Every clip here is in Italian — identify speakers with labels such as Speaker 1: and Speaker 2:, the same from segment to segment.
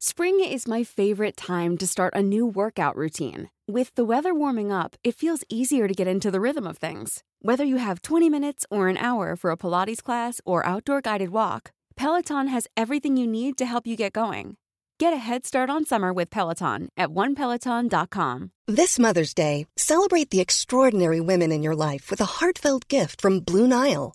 Speaker 1: Spring is my favorite time to start a new workout routine. With the weather warming up, it feels easier to get into the rhythm of things. Whether you have 20 minutes or an hour for a Pilates class or outdoor guided walk, Peloton has everything you need to help you get going. Get a head start on summer with Peloton at onepeloton.com.
Speaker 2: This Mother's Day, celebrate the extraordinary women in your life with a heartfelt gift from Blue Nile.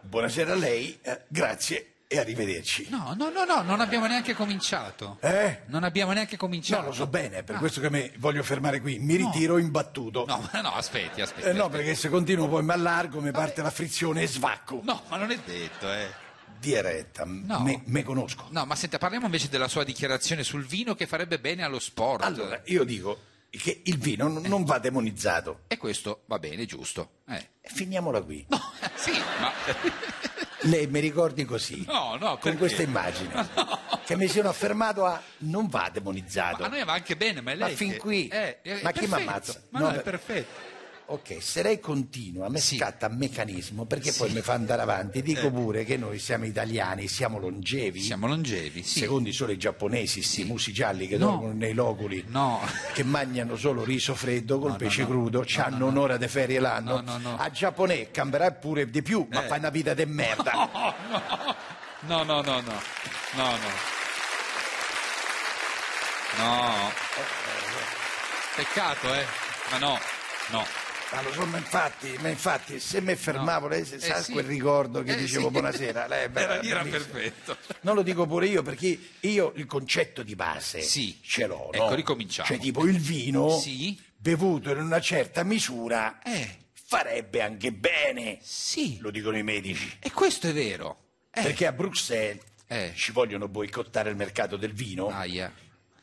Speaker 3: Buonasera a lei, eh, grazie e arrivederci.
Speaker 4: No, no, no, no, non abbiamo neanche cominciato.
Speaker 3: Eh?
Speaker 4: Non abbiamo neanche
Speaker 3: No,
Speaker 4: cominciato.
Speaker 3: lo so bene, è per
Speaker 4: Ah.
Speaker 3: questo che mi voglio fermare qui. Mi
Speaker 4: No.
Speaker 3: ritiro imbattuto.
Speaker 4: No, ma no, aspetti, aspetti.
Speaker 3: Eh, no,
Speaker 4: aspetti.
Speaker 3: perché se continuo poi mi allargo, mi parte la frizione e svacco.
Speaker 4: No, ma non è detto, eh.
Speaker 3: Di eretta, m-
Speaker 4: No.
Speaker 3: me, me conosco.
Speaker 4: No, ma senta, parliamo invece della sua dichiarazione sul vino che farebbe bene allo sport.
Speaker 3: Allora, io dico che il vino n- non va demonizzato.
Speaker 4: E questo va bene, giusto. Eh.
Speaker 3: Finiamola qui.
Speaker 4: No, sì, ma...
Speaker 3: Lei mi ricordi così,
Speaker 4: No, no,
Speaker 3: con
Speaker 4: perché?
Speaker 3: questa immagine, che mi sono affermato a non va demonizzato.
Speaker 4: A noi va anche bene, ma è lei
Speaker 3: Ma fin
Speaker 4: che-
Speaker 3: qui?
Speaker 4: Eh, è- è
Speaker 3: Ma chi
Speaker 4: perfetto.
Speaker 3: m'ammazza?
Speaker 4: Ma
Speaker 3: No,
Speaker 4: no, è
Speaker 3: per-
Speaker 4: perfetto.
Speaker 3: Ok, se lei continua, mi
Speaker 4: Sì. Eh.
Speaker 3: scatta meccanismo perché poi mi fa andare avanti. Dico pure che noi siamo italiani, siamo longevi.
Speaker 4: Siamo longevi, sì.
Speaker 3: Secondo i soli giapponesi, sti musi gialli che
Speaker 4: No.
Speaker 3: dormono nei loculi,
Speaker 4: No.
Speaker 3: che mangiano solo riso freddo col
Speaker 4: no,
Speaker 3: pesce
Speaker 4: no.
Speaker 3: crudo,
Speaker 4: No,
Speaker 3: hanno
Speaker 4: no, no.
Speaker 3: un'ora di ferie l'anno.
Speaker 4: No, no, no. Eh.
Speaker 3: A Giappone cambierà pure di più, ma fai una vita di merda.
Speaker 4: Oh, no, no, no, no, no, no, no. No. Peccato, eh? Ma no, no.
Speaker 3: Ma Ah, lo so, ma infatti, ma infatti se mi fermavo, lei se
Speaker 4: Eh
Speaker 3: sa
Speaker 4: sì.
Speaker 3: quel ricordo che
Speaker 4: Eh
Speaker 3: dicevo
Speaker 4: sì.
Speaker 3: buonasera, lei è
Speaker 4: Era,
Speaker 3: bellissima.
Speaker 4: era perfetto.
Speaker 3: Non lo dico pure io perché io il concetto di base
Speaker 4: Sì.
Speaker 3: ce l'ho. no?
Speaker 4: Ecco, ricominciamo.
Speaker 3: Cioè, tipo il vino
Speaker 4: Sì.
Speaker 3: bevuto in una certa misura
Speaker 4: Eh.
Speaker 3: farebbe anche bene,
Speaker 4: Sì.
Speaker 3: lo dicono i medici.
Speaker 4: E questo è vero. Eh.
Speaker 3: Perché a Bruxelles
Speaker 4: Eh.
Speaker 3: ci vogliono boicottare il mercato del vino
Speaker 4: Aia.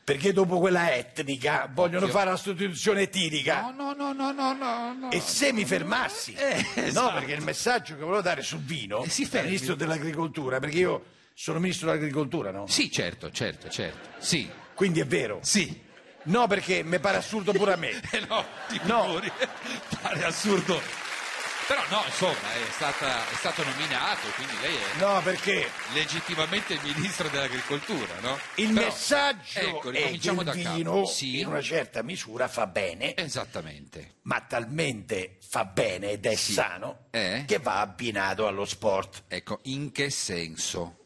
Speaker 3: perché dopo quella etnica vogliono
Speaker 4: Occhio.
Speaker 3: fare la sostituzione etnica.
Speaker 4: No, no, no, no, no, no. no.
Speaker 3: E se mi fermassi,
Speaker 4: Eh, esatto.
Speaker 3: no, perché il messaggio che volevo dare sul vino,
Speaker 4: Eh, si
Speaker 3: da
Speaker 4: fermi.
Speaker 3: ministro dell'agricoltura, perché io sono ministro dell'agricoltura, no?
Speaker 4: Sì, certo, certo, certo. Sì.
Speaker 3: Quindi è vero.
Speaker 4: Sì.
Speaker 3: No, perché mi pare assurdo pure a me.
Speaker 4: Eh no, ti
Speaker 3: No.
Speaker 4: figuri. Pare assurdo. Però no, insomma, è, stata, è stato nominato, quindi lei è...
Speaker 3: No, perché
Speaker 4: legittimamente il ministro dell'agricoltura, no?
Speaker 3: il
Speaker 4: Però-
Speaker 3: messaggio
Speaker 4: ecco,
Speaker 3: è che
Speaker 4: ricominciamo
Speaker 3: il
Speaker 4: da capo.
Speaker 3: vino
Speaker 4: Sì, Eh.
Speaker 3: in una certa misura fa bene,
Speaker 4: esattamente.
Speaker 3: ma talmente fa bene ed è
Speaker 4: Sì.
Speaker 3: sano
Speaker 4: Eh?
Speaker 3: che va abbinato allo sport.
Speaker 4: Ecco, in che senso?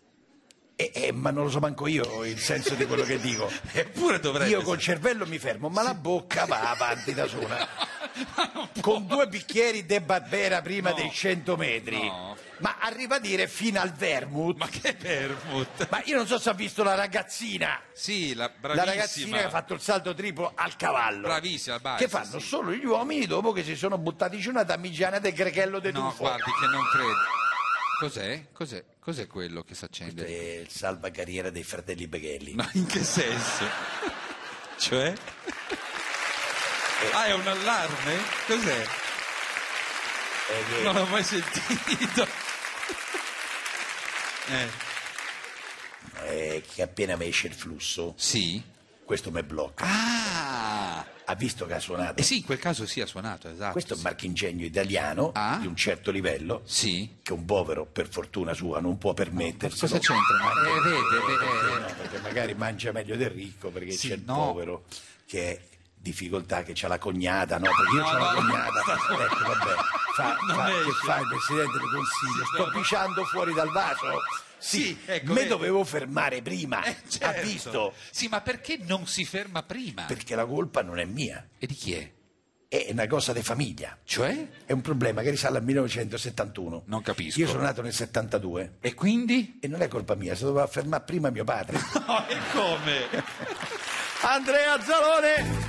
Speaker 3: E- e- ma non lo so manco io il senso di quello che dico.
Speaker 4: Eppure dovrebbe
Speaker 3: Io col
Speaker 4: essere-
Speaker 3: cervello mi fermo, ma la bocca va avanti da sola.
Speaker 4: Ma non può-
Speaker 3: con due bicchieri de Barbera prima
Speaker 4: No.
Speaker 3: dei 100 metri.
Speaker 4: No.
Speaker 3: Ma arriva a dire fino al vermouth.
Speaker 4: Ma
Speaker 3: Ma,
Speaker 4: che vermouth!
Speaker 3: io non so se ha visto la ragazzina.
Speaker 4: Sì, la
Speaker 3: La
Speaker 4: bravissima.
Speaker 3: ragazzina che ha fatto il salto triplo al cavallo.
Speaker 4: Bravissima, Barsi,
Speaker 3: Che fanno
Speaker 4: sì.
Speaker 3: solo gli uomini dopo che si sono buttati giù una damigiana del grechello de
Speaker 4: No,
Speaker 3: tuffo.
Speaker 4: guardi che non credo. Cos'è? Cos'è? Cos'è quello che si accende?
Speaker 3: Eh, il salvacarriera dei fratelli Beghelli.
Speaker 4: No, in che senso? cioè? Ah, è un allarme? Cos'è?
Speaker 3: Eh, che-
Speaker 4: Non l'ho mai sentito. Eh.
Speaker 3: eh, che appena mi esce il flusso,
Speaker 4: Sì.
Speaker 3: questo mi blocca.
Speaker 4: Ah!
Speaker 3: Ha visto che ha suonato?
Speaker 4: Eh sì, in quel caso sì, ha suonato, esatto.
Speaker 3: Questo è un marchingegno italiano
Speaker 4: Ah.
Speaker 3: di un certo livello.
Speaker 4: Sì.
Speaker 3: che un povero, per fortuna sua, non può permetterselo.
Speaker 4: Cosa c'entra? Ma-
Speaker 3: Anche
Speaker 4: eh, vede,
Speaker 3: perché
Speaker 4: vede,
Speaker 3: no, perché magari mangia meglio del ricco, perché
Speaker 4: Sì,
Speaker 3: c'è il
Speaker 4: no.
Speaker 3: povero che è difficoltà, che c'ha la cognata, no? Perché io
Speaker 4: No,
Speaker 3: c'ho la
Speaker 4: no,
Speaker 3: cognata, ecco, vabbè, fa,
Speaker 4: Non
Speaker 3: fa-
Speaker 4: esce.
Speaker 3: che fa il Presidente del Consiglio?
Speaker 4: Sì,
Speaker 3: Sto
Speaker 4: no, no.
Speaker 3: pisciando fuori dal vaso? Sì,
Speaker 4: Sì, ecco,
Speaker 3: me
Speaker 4: vedi.
Speaker 3: dovevo fermare prima, ha
Speaker 4: Certo.
Speaker 3: visto?
Speaker 4: Sì, ma perché non si ferma prima?
Speaker 3: Perché la colpa non è mia,
Speaker 4: E di chi è?
Speaker 3: è una cosa di famiglia.
Speaker 4: Cioè?
Speaker 3: È un problema che risale al 1971.
Speaker 4: Non capisco.
Speaker 3: Io sono nato nel 72.
Speaker 4: E quindi?
Speaker 3: E non è colpa mia, si doveva fermare prima mio padre.
Speaker 4: No, e come?
Speaker 3: Andrea Zalone,